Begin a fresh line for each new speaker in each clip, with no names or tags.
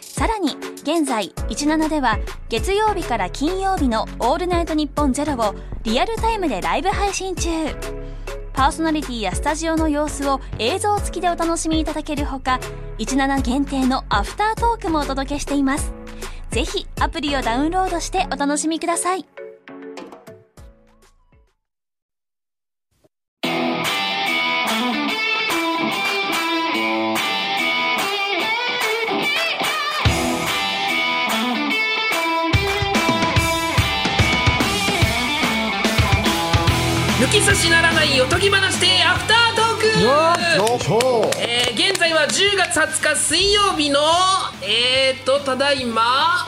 さらに現在17では月曜日から金曜日の「オールナイトニッポンゼロをリアルタイムでライブ配信中パーソナリティやスタジオの様子を映像付きでお楽しみいただけるほか17限定のアフタートークもお届けしていますぜひアプリをダウンロードしてお楽しみください
抜き差しならないおとぎ話でアフタートーク
よっしょ
えー、現在は10月20日水曜日のえーとただいま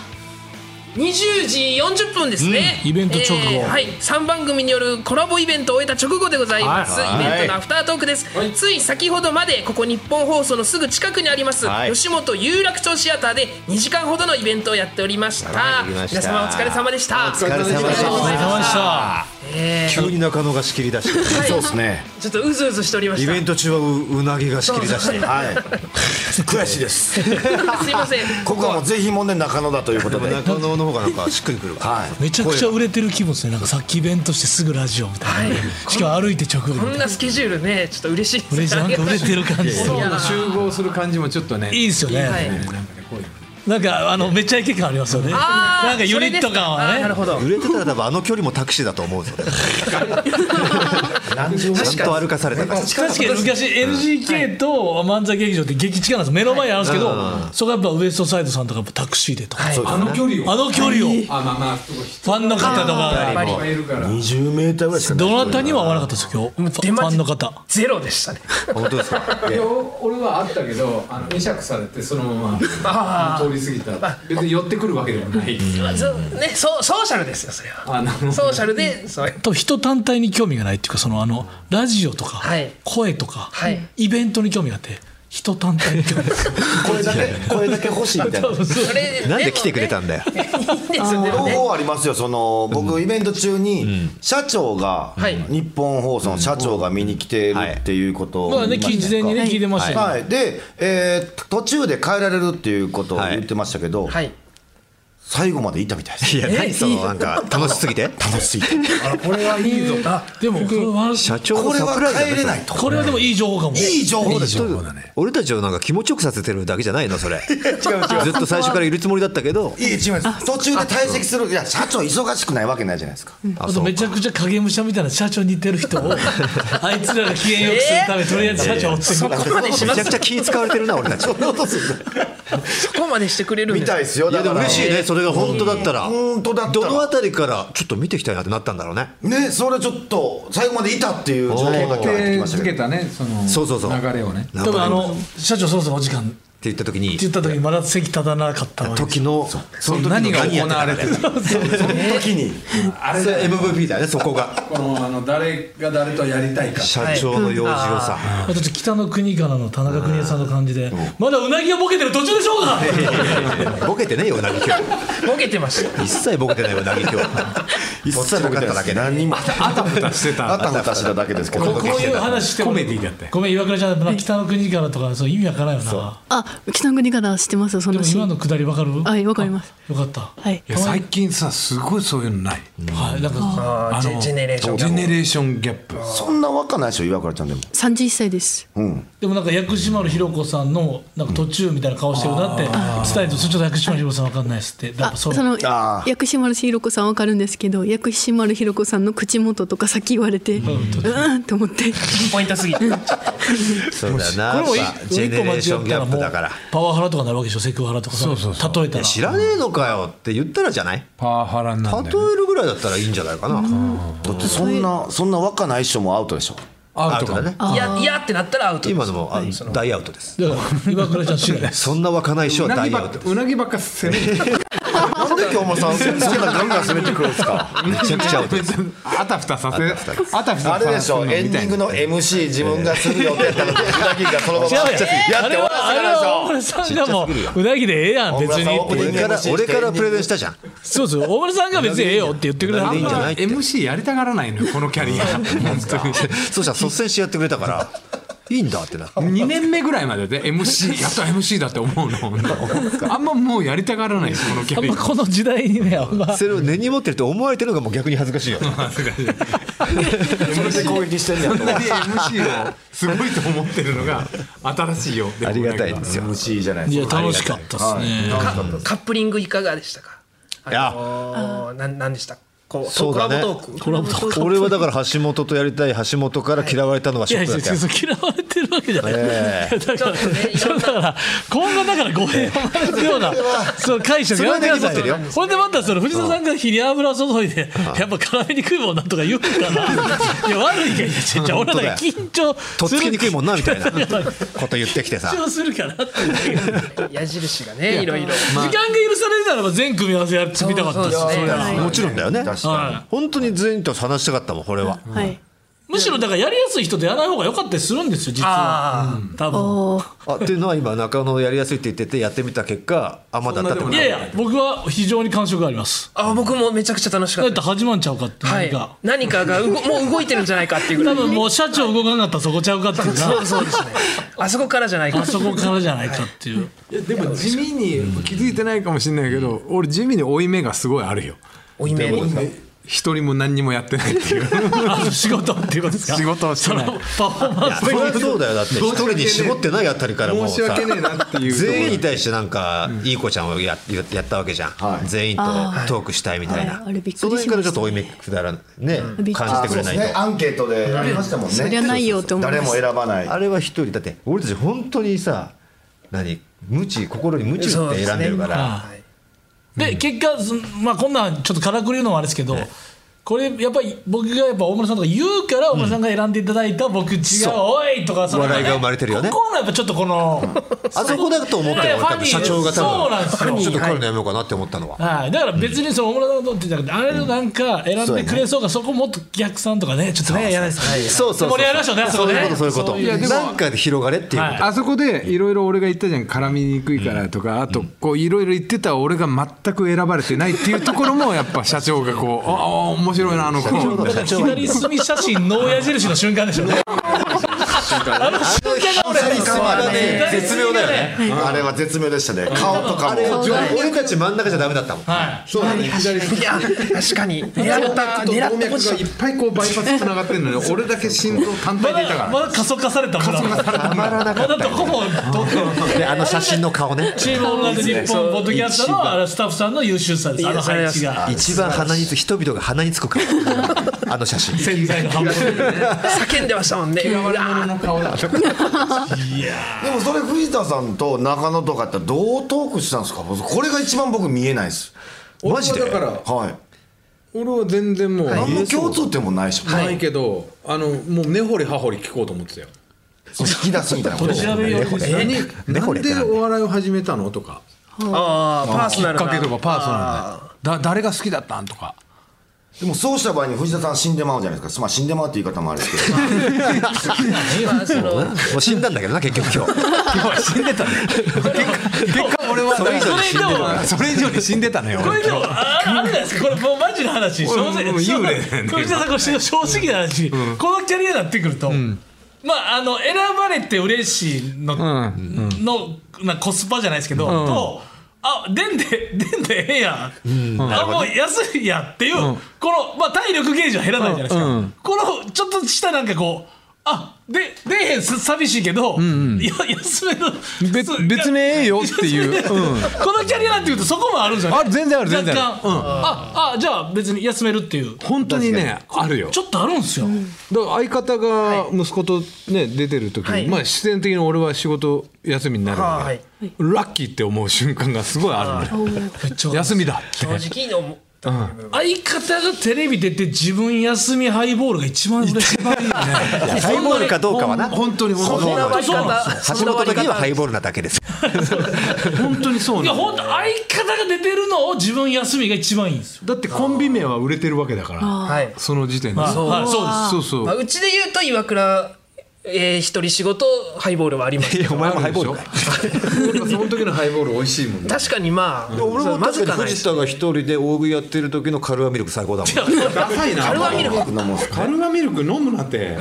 20時40分ですね、
うんイベント直後
えーはい3番組によるコラボイベントを終えた直後でございます、
はいはい
イベントのアフタートークです、つい先ほどまでここ日本放送のすぐ近くにあります、
はい
吉本有楽町シアターで2時間ほどのイベントをやっておりました
はいできました
皆様お疲れ様でした
お疲れ様でし
お疲れ
た
様でした
急に中野が仕切り出して
そうですね。
ちょっとうずうずしておりまし
イ
た
ベント中はううなぎが仕切り出して
はい。悔しいで
す
す。
いま せん
ここはもうぜひもね中野だということで。
中野の方がなんかしっくりくるか
はい。
めちゃくちゃ売れてる気分ですねなんかさっきイベントしてすぐラジオみたいな、しかも歩いて直後み
こ
たい
ん
な
なスケジュールねちょっと嬉しいで
嬉し
す
いなんか売れてる感じする
今日の集合する感じもちょっとね
いいですよね、
はい
なんかあのめっちゃイケ感ありますよね
あー
なんかユニット感は
それですかあーなる
ね
ほど
ら売れてたら多分あの距離もタクシーだと思うぞ何十ちゃんと歩かされたから
確かに昔 NGK と漫才劇場って激近なんです目の前にあるんですけど、そこはやっぱウエストサイドさんとかやっぱタクシーでとか、
あの距離を
あの距離をフ
あまあまあ人がいっ
ァンの方とか
ぱ
が
り
ぱいいるから
二十メーターぐらいしかない。
どなたにも合わなかったですよ今日フ
出待
ァ
ち
ンの方
ゼロでしたね
本当ですか
いや俺はあったけどあの会釈されてそのまま通り過ぎた別に寄ってくるわけでもない
そうねそうソーシャルですよそれは
あなるほど
ソーシャルでそう
と人単体に興味がないっていうかそのあのラジオとか、
はい
声とか、
はい
イベントに興味があって人単体に興味があって
これだけこれだけ欲しい みたいな。
それ
なんで来てくれ
た
たんだよ
いいんですよでも
両
ね
方ありますよその僕イベント中に社長が
はい
日本放送の社長が見に来てるっていうことを
まあね
言いした
事前にね聞いてましたよね
はいでえー途中で変えられるっていうことを言ってましたけど
はい
最後までいたみたいです
いや何そのなんか楽しすぎて
楽しい
これはいいぞ
でもこれは
社長
こ
の
れ
サ
は
プライズだ
変えれないと
これはでもいい情報かも
いい情報ですよ
俺たちをなんか気持ちよくさせてるだけじゃないのそれずっと最初からいるつもりだったけど
いい違います途中で退席するいや社長忙しくないわけないじゃないですか
あとめちゃくちゃ影武者みたいな社長に似てる人 をあいつらが機嫌よくするためとりあえず社長を追ってくる
ここまで
め
し
ち
ま
ゃ
す
くちゃ気使われてるな俺たちい
そこまでしてくれるん
み
です
たいですよだ
や
か
で
ら
も嬉しいねそれが本当だったら
本当だった
どの
ら
あたりからちょっと見ていきたいなってなったんだろうね
ねそれちょっと最後までいたっていう情報だけは入ってきました
続
け
け
ど
たねその
そうそうそう
流れをね
名前
多分あ
も
の社長そろそろお時間って
って言った時に
言った時にまだ席立たなかったわけです
時のその時の
何が
や
行
って
われてる
その時 に
あれそれ MVP だよねそこが
このあの誰が誰とやりたいか
社長の用事をさ
あとちょっと北の国からの田中邦衛さんの感じでまだうなぎがボケてる途中でしょうか
ボケてねえようなぎ今 日
ボケてました
一切ボケてないうなぎ今日 一切ボケてただけ
何にもあ
あたふたしてた
たふたしただけですけど
こういう話しても
コメディだったよ
ごめん岩倉ちゃん北の国からとかそう意味わからんよな
あ、北の国から知ってますよそ
で
の
も
シー
今
ン。
のくだりわかる
はい、わかります。
よかった
はい。
いや最近さすごいそういうのない
はいなんか
あージェジェネレーション
ジェネレーションギャップ
そんな若ないでしょ岩倉ちゃんでも
三十一歳です。
でもなんか薬師丸ひろ子さんのなんか途中みたいな顔してるなって伝えてちょっと薬師丸ひろ子さんわかんないですってやっ
あ、
ぱ
そ
そう
の
あー
薬師丸ひろ子さんわかるんですけど、薬師丸ひろ子さんの口元とか先言われて、うーんと思って。
ポイントすぎて
そうだよな
これも
やっぱジェネレーションギャップだから
パワハラとかなるわけでしょセクハラとかさ例えたら
知らねえのかよって言ったらじゃない
パワハラにな
例
んだよね
えるぐらいだったらいいんじゃないかな
だってそんなそんな若ない人もアウトでしょ
ア
ア
ウト
ウト
か
だ
も
い
ね
やいやってなったらアウト
今のもあ大アウトです
だから岩倉ちゃん知らない
そんな若ないう人は
なぎ
大
ば
アウ
っ
ト
かうなぎばっか攻める
なんで京本さんそんなガンガン攻めてくるんですか
めちゃくちゃ音です
あたふたさせ
あたふた
あたふた
あれでしょエンディングの MC 自分がするよって言ったらうなぎがそのままやって
あれ
終わ
は
ら
あ
せ
れ
たでしょ
は大村さんがもううなぎでええやん別
大村さんオープニン
に
グ
俺から俺からプレゼンしたじゃん
そうそう大村さんが別にええよって言ってくれた
いいんじゃないって
MC やりたがらないのよこのキャリア本
そうしたら率先してやってくれたから いいんだってな
当に2年目ぐらいまでで MC やっと MC だって思うの本当あんまもうやりたがらないですこのキ
あ
ャ
ん
リア
まこの時代にねあんま
それを根に持ってると思われてるのがもう逆に恥ずかしいよ ね
それで攻撃してんねやと
そんなに MC をすごいと思ってるのが新しいよ
ありが たいですよ
MC じゃない
い
で
や
すか
楽しかったですね
カップリングいかがでしたかあのー、なんなんでしたこう
そうだね
コラボトーク
コラボと
俺はだから橋本とやりたい橋本から嫌われたのが
い
ショ
や
ッ
い
ク
や
だったよ
そう嫌われてるわけじゃない、だから
ちょっとねいろんな
だから今後だから語弊を生るようなその解釈やめてくださ
それは根に持ってるよ
いほんでまたその藤田さんが火に油注いでやっぱ絡めにくいもんなとか言う からいや悪いがいやちっちゃ俺らが緊張
とっ
す
つき
る
にくいもんなみたい なこと言ってきてさ
緊張するからっていうだけで
矢印がねいろいろ
時間が許されるならば全組み合わせやってみたかったです
そうそうそう
それは
もちろんだよね
確か
は
本当に全員と話したかったもんこれは
はい
い、むしろだからやりやすい人とやらない方が良かったりするんですよ実は、うん多分
おー
あっていうのは今中野やりやすいって言っててやってみた結果あまだだっても
い
な
やいや僕は非常に感触があります
あ僕もめちゃくちゃ楽しか
だ
っ
ったて始まんちゃうかって
は
何
い
か、、
何かがうごもう動いてるんじゃないかっていうぐら
多
い
分もう社長動かなかったらそこちゃうかっていう
そう
な
そうですねあそこからじゃないか
あそこからじゃないかっていう
いやでも地味に気づいてないかもしれないけど俺地味に負い目がすごいあるよ
おいめ
一人も何にもやってないっていう
あの仕事っていうことですか
仕事をして
その
ない
パフォー マンス
そりゃそうだよだって一人に絞ってないあたりからもう
申し
さ
訳ねえなっていうところ
全員に対してなんかいい子ちゃんをやややったわけじゃん全員とトークしたいみたいな
はいあれびっくりしました
その辺からちょっと追い目くだらね
びっくり
感じ
あ
てく
そう
れ
で
な
す
い
ね
と
アンケートでありましたもんね
そりゃないよって思いま
誰
す
も選ばない
あれは一人だって俺たち本当にさ何無知心に無知打って選んでるから
はい
で結果、そのまあ、こんなんちょっとからくり言うのもあれですけど、これやっぱり僕がやっぱ大村さんとか言うから大村さんが選んでいただいた僕違う、おいとかその
笑いが生まれてるよね
ここのやっぱちょっとこの
あそこだと思ってる
いやい
俺
や
多分社長が
ファニーそうなんです
多
よ
分ちょっと彼のやめようかなって思ったのは
はい、だから別にその大村さんとってじゃなくてあれのなんか選んでくれそうか、そこもっと逆算とかねちょっとねやらないですね
そうそうそう
盛り上がりましょうねあそ
そ
こ
う
ね
いうことそういうこと
いやでも
なんかで広がれっていうこと
はい
あそこでいろいろ俺が言ったじゃん絡みにくいからとかあとこういろいろ言ってた俺が全く選ばれてないっていうところもやっぱ社長がこうああ面白いなあの子
だから左隅写真の矢印の瞬間でしょうね。あの瞬間が俺
左側はね
絶妙だよね
あれは絶妙でしたね顔とかも
俺たち真ん中じゃダメだったもん
は
そうだね左
いや確かに狙った狙
動
った
脈
ポジショ
が
ン
いっぱいこうバイパスつながってるのに俺だけ心臓単体でいたか
ま
ら
だ加速化されたまだまだどこもどこ
であの写真の顔ね
チームオンライン日本ポッドキャストのあのスタッフさんの優秀さですあの配置が
一番鼻につ人々が鼻につく 顔あの写真
潜在の半分
叫んでましたもんねうわー
でもそれ藤田さんと中野とかってどうトークしたんですかこれが一番僕見えないです
マジで
俺はだから
はい
俺は全然もう
何の共通点もないでしょ
ないけどあのもう根掘り葉掘り聞こうと思ってたよ
引き出すみたいな こと
取り調べようですね
根
な
掘
ん
りって
で
なんだ
お笑いを始めたのとか
あーパーソ
き
ナ
っ
ルな
かけとかパーソナルでだ誰が好きだったんとか
でもそうした場合に藤田さん死んでまうじゃないですかまあ死んでまうって言い方もあるんですけど
まあその
もう死んだんだけどな結局今日
死んでたね結果結果俺は
それ以上に死んでるから
それ以上に死んでたね俺
これでもああれじゃないですかこれもうマジな話正直
もう幽霊だよね
これじゃあこれ正直な話、このキャリアになってくると、まああの選ばれて嬉しいの、のなコスパじゃないですけど、とあでんででんでええやん、あもう安いやっていう、この、まあ、体力ゲージは減らないじゃないですか、このちょっとしたなんかこうあで出えへんす寂しいけど、いや休める
別別にええよっていう、うん、
このキャリアなんていうとそこもあるんですよね
あ全然ある全然ある
若干、ああじゃあ別に休めるっていう
本当にねあるよ
ちょっとあるんですよ、
だから相方が息子とね出てる時に、
はい
まあ必然的に俺は仕事休みになる
は
わ
い
け、ラッキーって思う瞬間がすごいあるのよ
めっちゃ
休みだって
正直の
ったんだけど、相方がテレビ出て自分休みハイボールが一番嬉しい
ハイボールかどうかはな。
本当に本
こ
当
の
に
終わり
そうなん
方橋本的にはハイボールなだけです。
本当にそう
いや
なの
本当相方が出てるのを自分休みが一番いいんですよ
だってコンビ名は売れてるわけだから
はい
その時点で
あ
そう
はいそう
そうそう
まあ、うちで言うと岩倉、えー、一人仕事ハイボールはあります
いやお前もハイボールかい。
その時のハイボール美味しいもんね
確かにまあ、
俺も
まず
確か
か
に
ない
藤田が一人で大食いやってる時のカルアミルク最高だもん。
ダサいな
カルアミルク
僕飲むんすか
カルアミルク飲むなって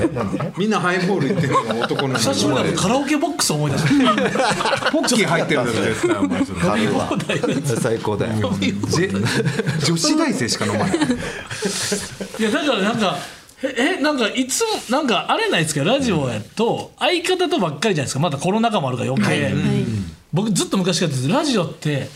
みんなハイボール言ってるのが男の人
久しぶりだとカラオケボックス思い出した
ポッキー入ってるんだぞ絶対お前それ
カ ルは
最高だよ。
ジェ女子大生しか飲まない
いやだからなんかええなんかいつもなんかあれないですかラジオやと相方とばっかりじゃないですかまだコロナ禍もあるから余計、
はい
僕ずっと昔からですラジオって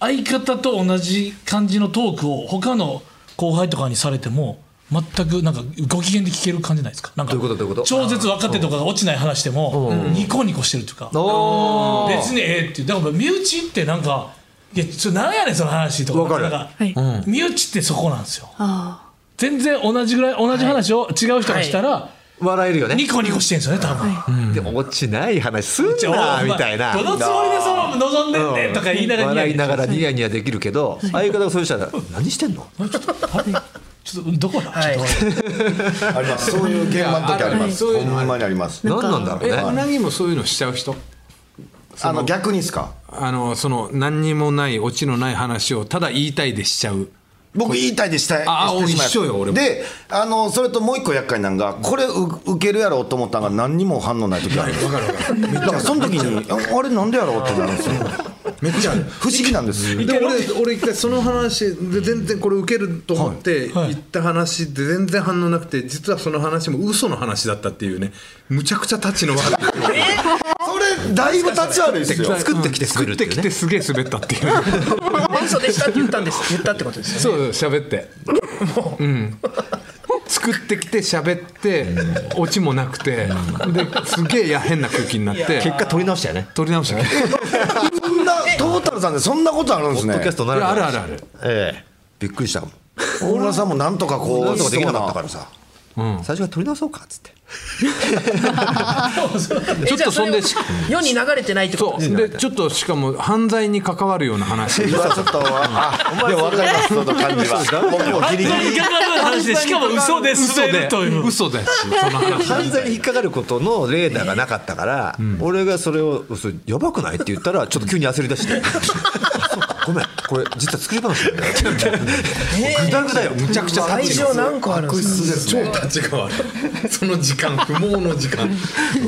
相方と同じ感じのトークを他の後輩とかにされても全くなんかご機嫌で聞ける感じないですかなんか
どういうことどういうこと
超絶若手とかが落ちない話でもニコニコしてるというか
おー
別にええっていうだから身内ってなんかいやちょなんやねんその話とか
わかる
なんか
はい
身内ってそこなんですよ
あ
全然同じぐらい同じ話を違う人がしたら、
笑えるよね
ニ。コニコしてるんですよね多分。
でも落ちない話すん
お
な
前
みたいな。
どのつもりでその望んでんねんとか言いながらニヤ
笑
ニ
いな
ヤ
がらニヤニヤできるけど、相方がそうしたら何してんの？
ちょっとどこだ、ちょっと
ありますそういう現場の時あります
そう
ほ
いうの
んまにあります
何なんだろ
え
う
う
ね。
なぎもそういうのしちゃう人
あの逆にですか
あのその何にもないオチのない話をただ言いたいでしちゃう
僕言いたいでしたい
あ
してしまいます
一緒よ俺も
であのそれともう一個厄介なんがこれう受けるやろうと思ったんが何にも反応ない時ある だからその時にああれなんでやろうってなるん ですよめっちゃ不思議なんです
で俺俺一回その話で全然これ受けると思って
はい
言った話で全然反応なくて実はその話も嘘の話だったっていうねむちゃくちゃタッチの悪い
それだいぶ立ち悪いです よ
作ってきて滑るっていう
来て
ね。
すげえ滑ったっていう
嘘でしたって言ったんです言ったってことですよ
そう喋ってうん 作ってきて喋ってオチもなくてですげえいや変な空気になって
結果取り直したよね。
取り直 したけど
そんなトータルさんでそんなことあるんで
ポ
す
ッドキャ
ね
ストないらで
や
は
あるあるある
ええびっくりしたもん。
大村さんもなんとかこう
なんとかできなかったかららさ。最初から取り直そうかっつって。
ちょっとそんでし
世に流れてないってこと
そうでちょっとしかも犯罪に関わるよう な話
今ちょっとあでも分かりますその感じは僕もギリギリ
引っかかる話でしかも嘘で
嘘
滑る
で
という
嘘だしその話
犯罪に引っかかることのレーダーがなかったから、俺がそれを「それやばくない?」って言ったらちょっと急に焦り出して「そうかごめんこれ実は作り話なんだよ」って言って グダグダよむちゃくちゃ
愛情何個あるんですか
超立ち変わるその時間不毛の時間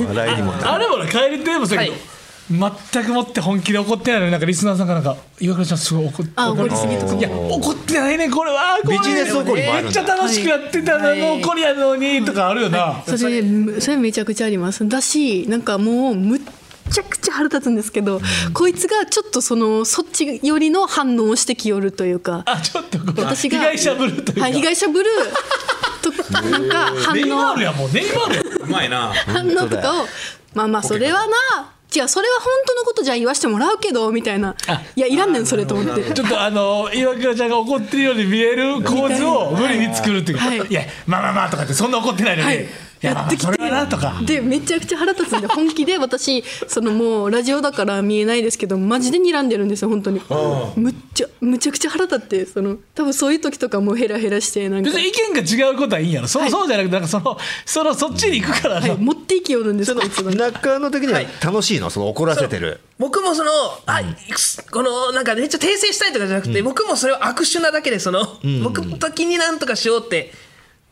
笑いにもな
あれもね帰りテーブルだけど、
はい
全くもって本気で怒ってないのになんかリスナーさんがなんか岩倉ちゃんすごい怒って
あ怒りすぎとか
いや怒ってないねこれはこれ
ビジネス怒りもあるんだ
めっちゃ楽しくやってたのに、
はい
怒りやのにとかあるよな、
それそれめちゃくちゃありますだしなんかもうむっちゃくちゃ腹立つんですけど、こいつがちょっとそのそっち寄りの反応をしてきよるというか
あちょっとこう
私
被
が
害者ぶるというか、
はい、被害者ブルーとなんか
ネイマ
反
ールやもうネイマールや
うまいな
応反応とかをまあまあそれはな違うそれは本当のことじゃ言わしてもらうけどみたいないやいらんねんそれと思って
ちょっとあの岩倉ちゃんが怒ってるように見える構図を無理に作るっていうか、
はいい、
やまあまあまあとかってそんな怒ってないのに、、
はいい
や
やってきて
まあまあそれはなとか
でめちゃくちゃ腹立つんで本気で私そのもうラジオだから見えないですけどマジで睨んでるんですよ本当にむっちゃむちゃくちゃ腹立ってその多分そういう時とかもうヘラヘラしてなんか
別、に意見が違うことはいいんやろそう,、そうじゃなくてなんかそのそのそっちに行くから、
はい、持っていきよるんですこいつが
中野的には楽しいのその怒らせてる
僕もその、あ、くすこの、なんかめっちゃ訂正したいとかじゃなくて、僕もそれを悪手なだけで、その、僕の時になんとかしようって、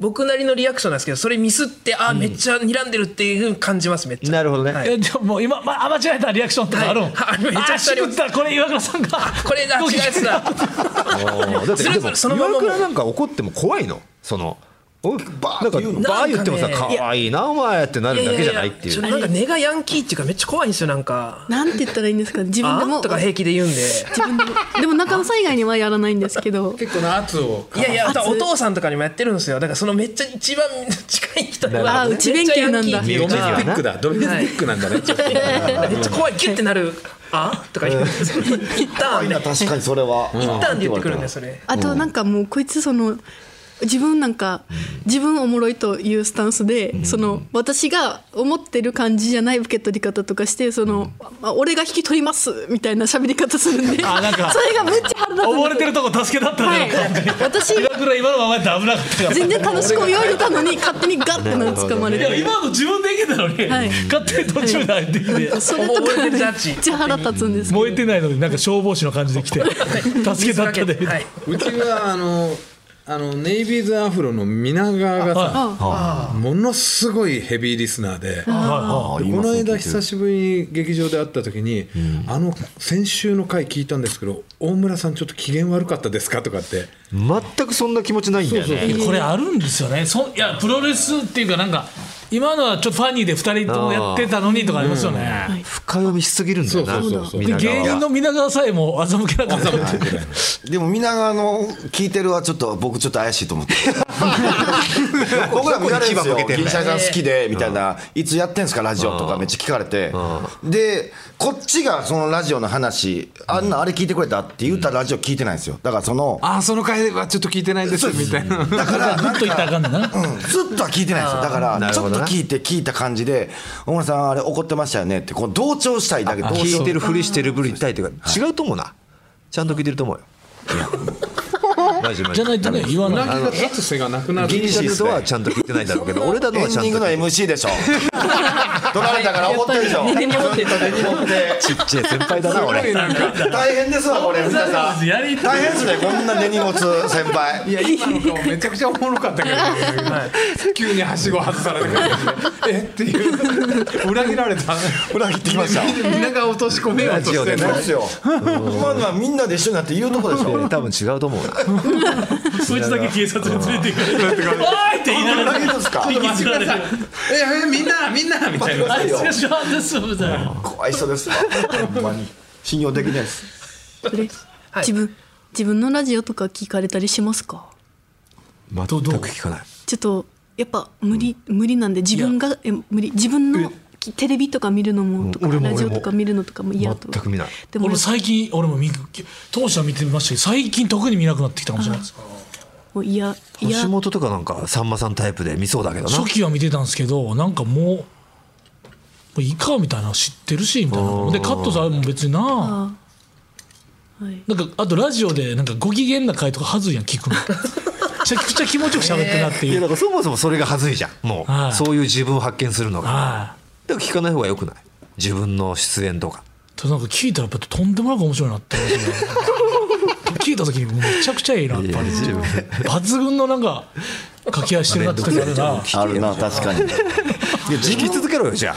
僕なりのリアクションなんですけど、それミスって、あ、めっちゃ睨んでるっていうふうに感じます、めっちゃ。
なるほどね、
えじゃあもう今、まあ、間違えたリアクションとかあるもん、
はいあめちゃくちゃあ
あ
ります
しくったこれ岩倉さんが
これだ、違うやつだ。
あ ーだって
ずる
で
ず
も
るそのまま
岩倉なんか怒っても怖いのそのお
バーって
なんか
言うの
バー言ってもさ
なんか
「
ね
かわいいなお前」ってなるだけじゃないってい
ち
う
ょなんか根がヤンキーっていうか、めっちゃ怖いんですよ、なんか。
なんて言ったらいいんですか自分で
あ
も
とか平気で言うんで。
自分でもでも中野さん以外にはやらないんですけど
結構な圧を
いやいや、
熱い
お父さんとかにもやってるんですよ。だからそのめっちゃ一番近い人
るほどねあーうち弁慶なんだ
めっちゃヤンキーっていうか
ドミノスティックなんだね
めっちゃ怖い、キュッてなるあとか言う一旦みたいな
確かにそれは
一旦で言ってくるんだよそれ
あとなんかもうこいつその自分なんか自分おもろいというスタンスでその私が思ってる感じじゃない受け取り方とかしてそのまあ俺が引き取りますみたいな喋り方するんで
あなんか
それがむっちゃ腹立つんだけど
溺れてるとこ助けだった
は
ね
い。私
イラクラ今のままやったら危なかったから
全然楽しく泳いでたのに勝手にガッてなんか掴まれ
いや
て
今の自分でいけたのに、
はい
勝手に途中で入ってきて
それとか
溺れ
め
て
っ
ジャッジ
ちゃ腹立つんですけど
燃えてないのになんか消防士の感じで来て助けたったで、
水かけはい、
うちはあのあのネイビーズアフロの皆川がさものすごいヘビーリスナーで。
ああ
で
言い
こ
ます
の
ね
間久しぶりに劇場で会った時に、あの先週の回聞いたんですけど大村さんちょっと機嫌悪かったですかとかって
全くそんな気持ちないんだよね
これあるんですよねそいやプロレスっていうかなんか今のはちょっとファニーで2人ともやってたのにとかありますよね、
深読みしすぎるんだよな
そうそうそう
みん
で
なが
芸人の皆川さえも欺けなかったっていう
でも皆川の聞いてるはちょっと僕ちょっと怪しいと思って僕ら見られるんです
ど
よ
こに牙向けてんだよ
銀シャリさん好きでみたいな、いつやってんすかラジオとかめっちゃ聞かれて、でこっちがそのラジオの話あんなあれ聞いてくれたって言ったラジオ聞いてないんですよだからその
ああその回はちょっと聞いてないですみたいな
だから
ずっと言ったらあかんねんな
うんずっとは聞いてないんですよだから
な
ち
る
ょ
ほ
っ
ど
と
な
聞いて聞いた感じで「大村さんあれ怒ってましたよね」ってこう同調したいだけ同調
聞いてるふりしてるぶりたいというか違うと思うなちゃんと聞いてると思うよマジマ
じ
ジ
ゃないとね言わない
が立つ瀬がなくな
ギリシャスはちゃんと聞いてないだろうけど俺らの
エ
は
ン
ち
デ
ゃん
ィング
と
の MC でしょ取られた から怒ってる でしょ
根に持ってた
根に持って
ちっちゃい先輩だな 俺
大変ですわこれ皆さん
やりた
大変ですねこんな根に持つ先輩
いや今の顔めちゃくちゃおもろかったけど、急にはしご外されてえっていう裏切られた
裏切ってきました
みんなが落とし込めようとして
そう
ね
ですよ今のはみんなで一緒になって言うとこでしょ
多分違うと思うな
そいつだけ警察に連れて行くおいって言いなが
裏
ら
切るんですか
引きずられて
えみんなみんなみたいな
あいつがショーですみたいな
怖い人ですわほんまに信用できないです
自分自分のラジオとか聞かれたりしますか
全く聞かない
ちょっとやっぱ無理無理なんで自分がえ無理自分のきテレビとか見るのもとか
俺も
ラジオ
俺も
とか見るのとかも嫌と
全く見ない
でも
俺最近俺も見当初は見てましたけど最近特に見なくなってきたかもしれないです
もう嫌嫌
橋本とかなんかさんまさんタイプで見そうだけどな
初期は見てたんですけどなんかもうもういいかみたいな知ってるしみたいなでカットされも別にな
あはい
なんかあとラジオでなんかご機嫌な回とかはずいやん聞くのめちゃくちゃ気持ちよく喋ってるなって
い
い
や
う、
だからそもそもそれが恥ずいじゃんも
はいう
そういう自分を発見するのが
は
だから聞かない方がよくない自分の出演とか
いとなんか聞いたらやっぱとんでもなく面白いなって思いましたね聞いた時にめちゃくちゃいいなやっぱり抜群のなんか駆け足してるなって時あるな
あるな確かに
いや聞き続けろよじゃ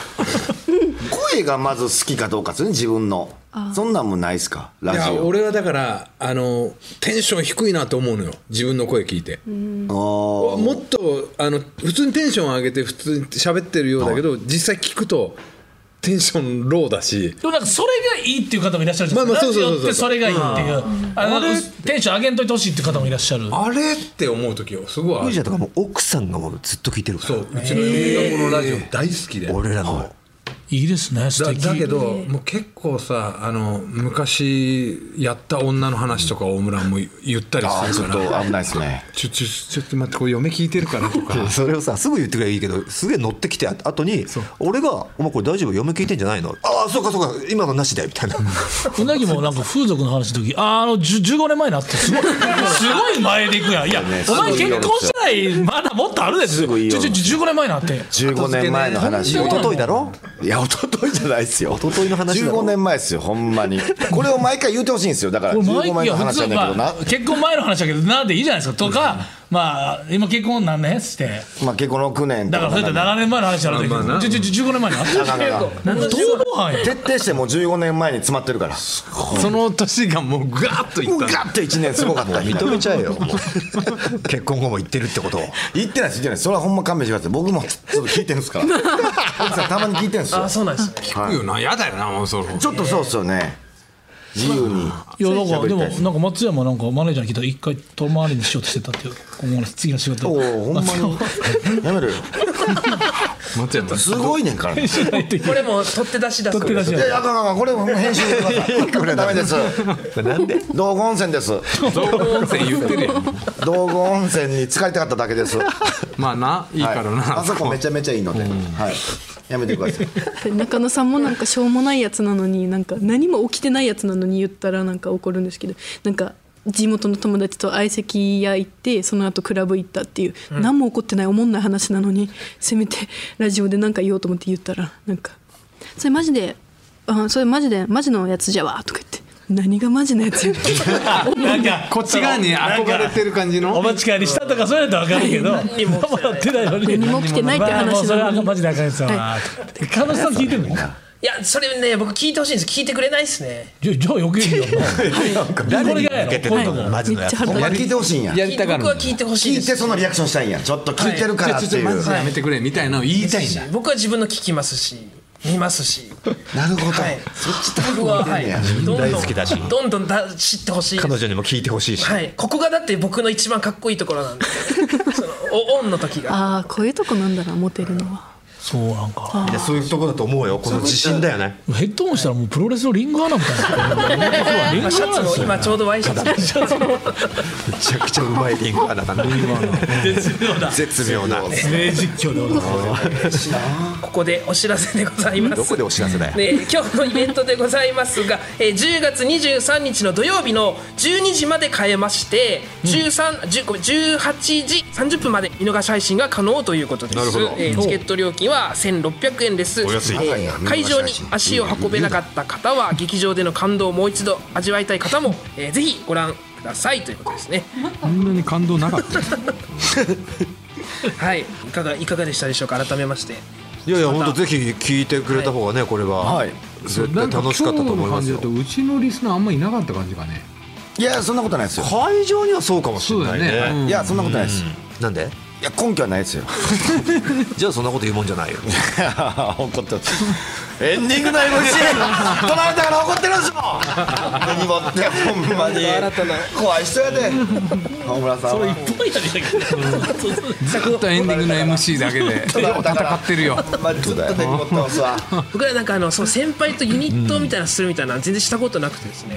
声がまず好きかどうかですね自分のそんなんもないですかラ
いや
ジオ
俺はだからあのテンション低いなと思うのよ自分の声聞いて、
あ
もっとあの普通にテンション上げて普通に喋ってるようだけど、実際聞くとテンションローだし
でもなんかそれがいいっていう方もいらっしゃるじゃないですか、
まあまあそうそうそうそう
ラジオってそれがいいっていう、あのテンション上げんといてほしいっていう方もいらっしゃる
あれって思う時をすごいあ
あ
る
じゃとかもう奥さんがもうずっと聞いてるか
そう
ら
うちの嫁がこのラジオ大好きで
俺らの
いいですね素
だ
敵
だけどもう結構さあの昔やった女の話とか大村も言ったり
あ
す
ち
る
ょっ
か
と
ら
危ないですね
ちょちょちょっと待ってこれ嫁聞いてるからとか
それをさすぐ言ってくればいいけどすげえ乗ってきてあ後に俺が「お前これ大丈夫嫁聞いてんじゃないの?」「ああそうかそうか今のなしで」みたいな
うなぎもなんか風俗の話の時あーあのじゅ15年前になってすごいすごい前でいくやんいやお前結婚してないまだもっとあるです
ごい
ち
よ
ょちょちょ15年前になって
15年前の話
一昨日だろ
いや一昨日じゃないですよ
一昨日の話だろ
15年前ですよほんま にこれを毎回言うてほしいんですよだから15年前の話なんだけど
ま
な
あ、結婚前の話だけどなんでいいじゃないですかとか、まあ今結婚何年して
まあ結婚6年と
だからそれって7年前の話あるんだけど、
まあまあな
ちょちょちょ15年前になってる
なかなか
なんか逃亡犯やん
徹底してもう15年前に詰まってるから
その年がもうガーッとい
もう
っ
ガ
た
ッて1年すごかった
認めちゃえよもう結婚後も言ってるってことを
言ってないです言ってないですそれはほんま勘弁してください僕もちょっと聞いてるんですから奥さんたまに聞いてるんですよ
あそうなんですね
聞くよな嫌だよなもうその
ちょっとそうっすよね自由に
いやだからでも
喋りたいです
なんか松山なんかマネージャーに聞いたら一回遠回りにしようとしてたっていう今後の次の仕事
おおほんまにやめろよ
松山
すごいねんからね
しないといけ
こ
な
れ
い
もう取って出しだそう
取って
です
出し
いやいやあかんあかんこれも編集してくださいダメです
なんで
道後温泉です
道後温泉言ってるやん
道後温泉に浸かりたかっただけです
まあないいからな、
はいあそこめちゃめちゃいいので、はい、やめてください
で中野さんもなんかしょうもないやつなのになんか何も起きてないやつなのに言ったらなんか怒るんですけどなんか地元の友達と相席屋行ってその後クラブ行ったっていう、何も起こってないおもんない話なのにせめてラジオで何か言おうと思って言ったらなんか「それマジであそれマジでマジのやつじゃわ」とか言って「何がマジのやつや」
なんか
こっち側に憧れてる感じの
お待ち帰りしたとかそういうのは分かるけど何もやってないのに
何も起きてないって話なの
まあ
に
もうそれはマジであかんやつだな彼女さん聞いてんのいや
いやそれね僕聞いてほしいんです聞いてくれないっすね
じゃあ余計によ
誰に向けてるの
はい
マジの
め
や
っ
つ
ちゃ腹
ほんま
立つ
聞いてほしいんや
や
聞い
りたがる
僕は聞いてほしい
聞
で
いて
す
そのリアクションしたいんやちょっと聞いてるからって
ちょ
い
っと
う、
マジでやめてくれみたいなのを言いたいんだ、
僕は自分の聞きますし見ますし
なるほど、
はい
そっち多
僕
分
は、
見て
は
ん
い
ねや、、
どんどん
大好きだし
どんどんだ知ってほしいです
彼女にも聞いてほしいし、
はい、ここがだって僕の一番かっこいいところ なんでそのおオンの時が
ああこういうとこなんだなモテるのは
そうなんか
いやそういうとこだと思うよこの自信だよね
ヘッドホンしたらもうプロレスのリングアナみたいな。リングアナ
シャツも今ちょうどワイシャツ
めちゃくちゃうまいリングアナだな絶妙な
名実況でございます。
ここでお知らせでございます
どこでお知らせだよ
ね、今日のイベントでございますが、えー10月23日の土曜日の12時まで変えまして、13 10ごめん18時30分まで見逃し配信が可能ということです
なるほど
えーチケット料金は1600円です
お安い
えー会場に足を運べなかった方は劇場での感動をもう一度味わいたい方も、えーぜひご覧くださいということですね
こんなに感動なかった
はいいかがいかがでしたでしょうか改めまして
いやいや本当ぜひ聞いてくれた方がねこれは、
はい
絶対楽しかったと思います
なん
よ
か今日の感じだとうちのリスナーあんまいなかった感じがね
いやそんなことないですよ、
会場にはそうかもしれないね
そうだよね
いやそんなことないです、
なんで
いや根拠はないですよ
じゃあそんなこと言うもんじゃないよ
怒ってますエンディングの MC 取られたから怒ってるんですもん何もってほんまに怖い人やで大村さんは
ずっとエンディングの MC だけ で
取られたから
戦ってるよ
ほんまにずっと手に持ってますわ
僕らなんかあのそう先輩とユニットみたいなのするみたいなの全然したことなくてですね、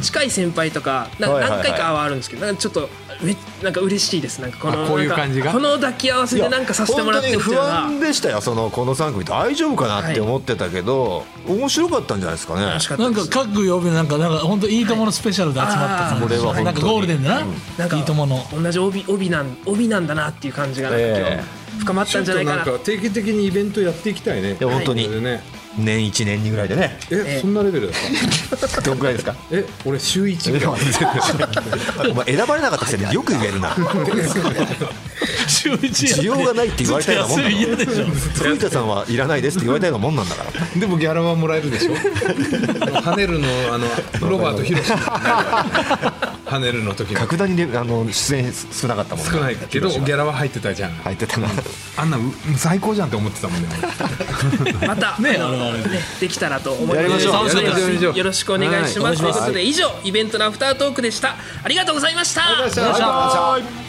近い先輩とかな
はいはいはい
何回かはあるんですけどなんかちょっとめなんか嬉しいですなんかこの
あこういう
なんか
感じが
この抱き合わせでなんかさせてもらってるってい
本
うの
当に
は
不安でしたよそのこの3組大丈夫かなって思ってたけど、面白かったんじゃないですかね
楽しかった
なん
で
か
す
各曜日のなんかなんか本当いいとものスペシャルで集まった感
は
じ。
いあーこれは本当に
なんかゴールデンでな。
なんか
いいともの。
同じ帯帯なん帯なんだなっていう感じがなんか今日
え
深まったんじゃないかな
定期的にイベントやっていきたいね
いや本当に
これでね
年1年2ぐらいでね
えそんなレベルです か
どんくらいですか
え俺週1ぐらい
お前選ばれなかったくせによく言えるな
週一
需要がないって言われたようなもんだ
嫌でしょ。
富田さんはいらないですって言われたようなもんなんだから
でもギャラはもらえるでしょ 跳ねるのあのロバートヒロシ跳ねるの時の
格段にねあの出演少なかったもんね
少ないけどギャラは入ってたじゃん
入ってたな
あんなう最高じゃんって思ってたもんね
また、あのねできたらと思い
やり
ま
ますしょう
楽しみ
やりましょうやりましょう
よろしくお願いします、
はい
ということで以上イベントのアフタートークでしたありがとうございました
俺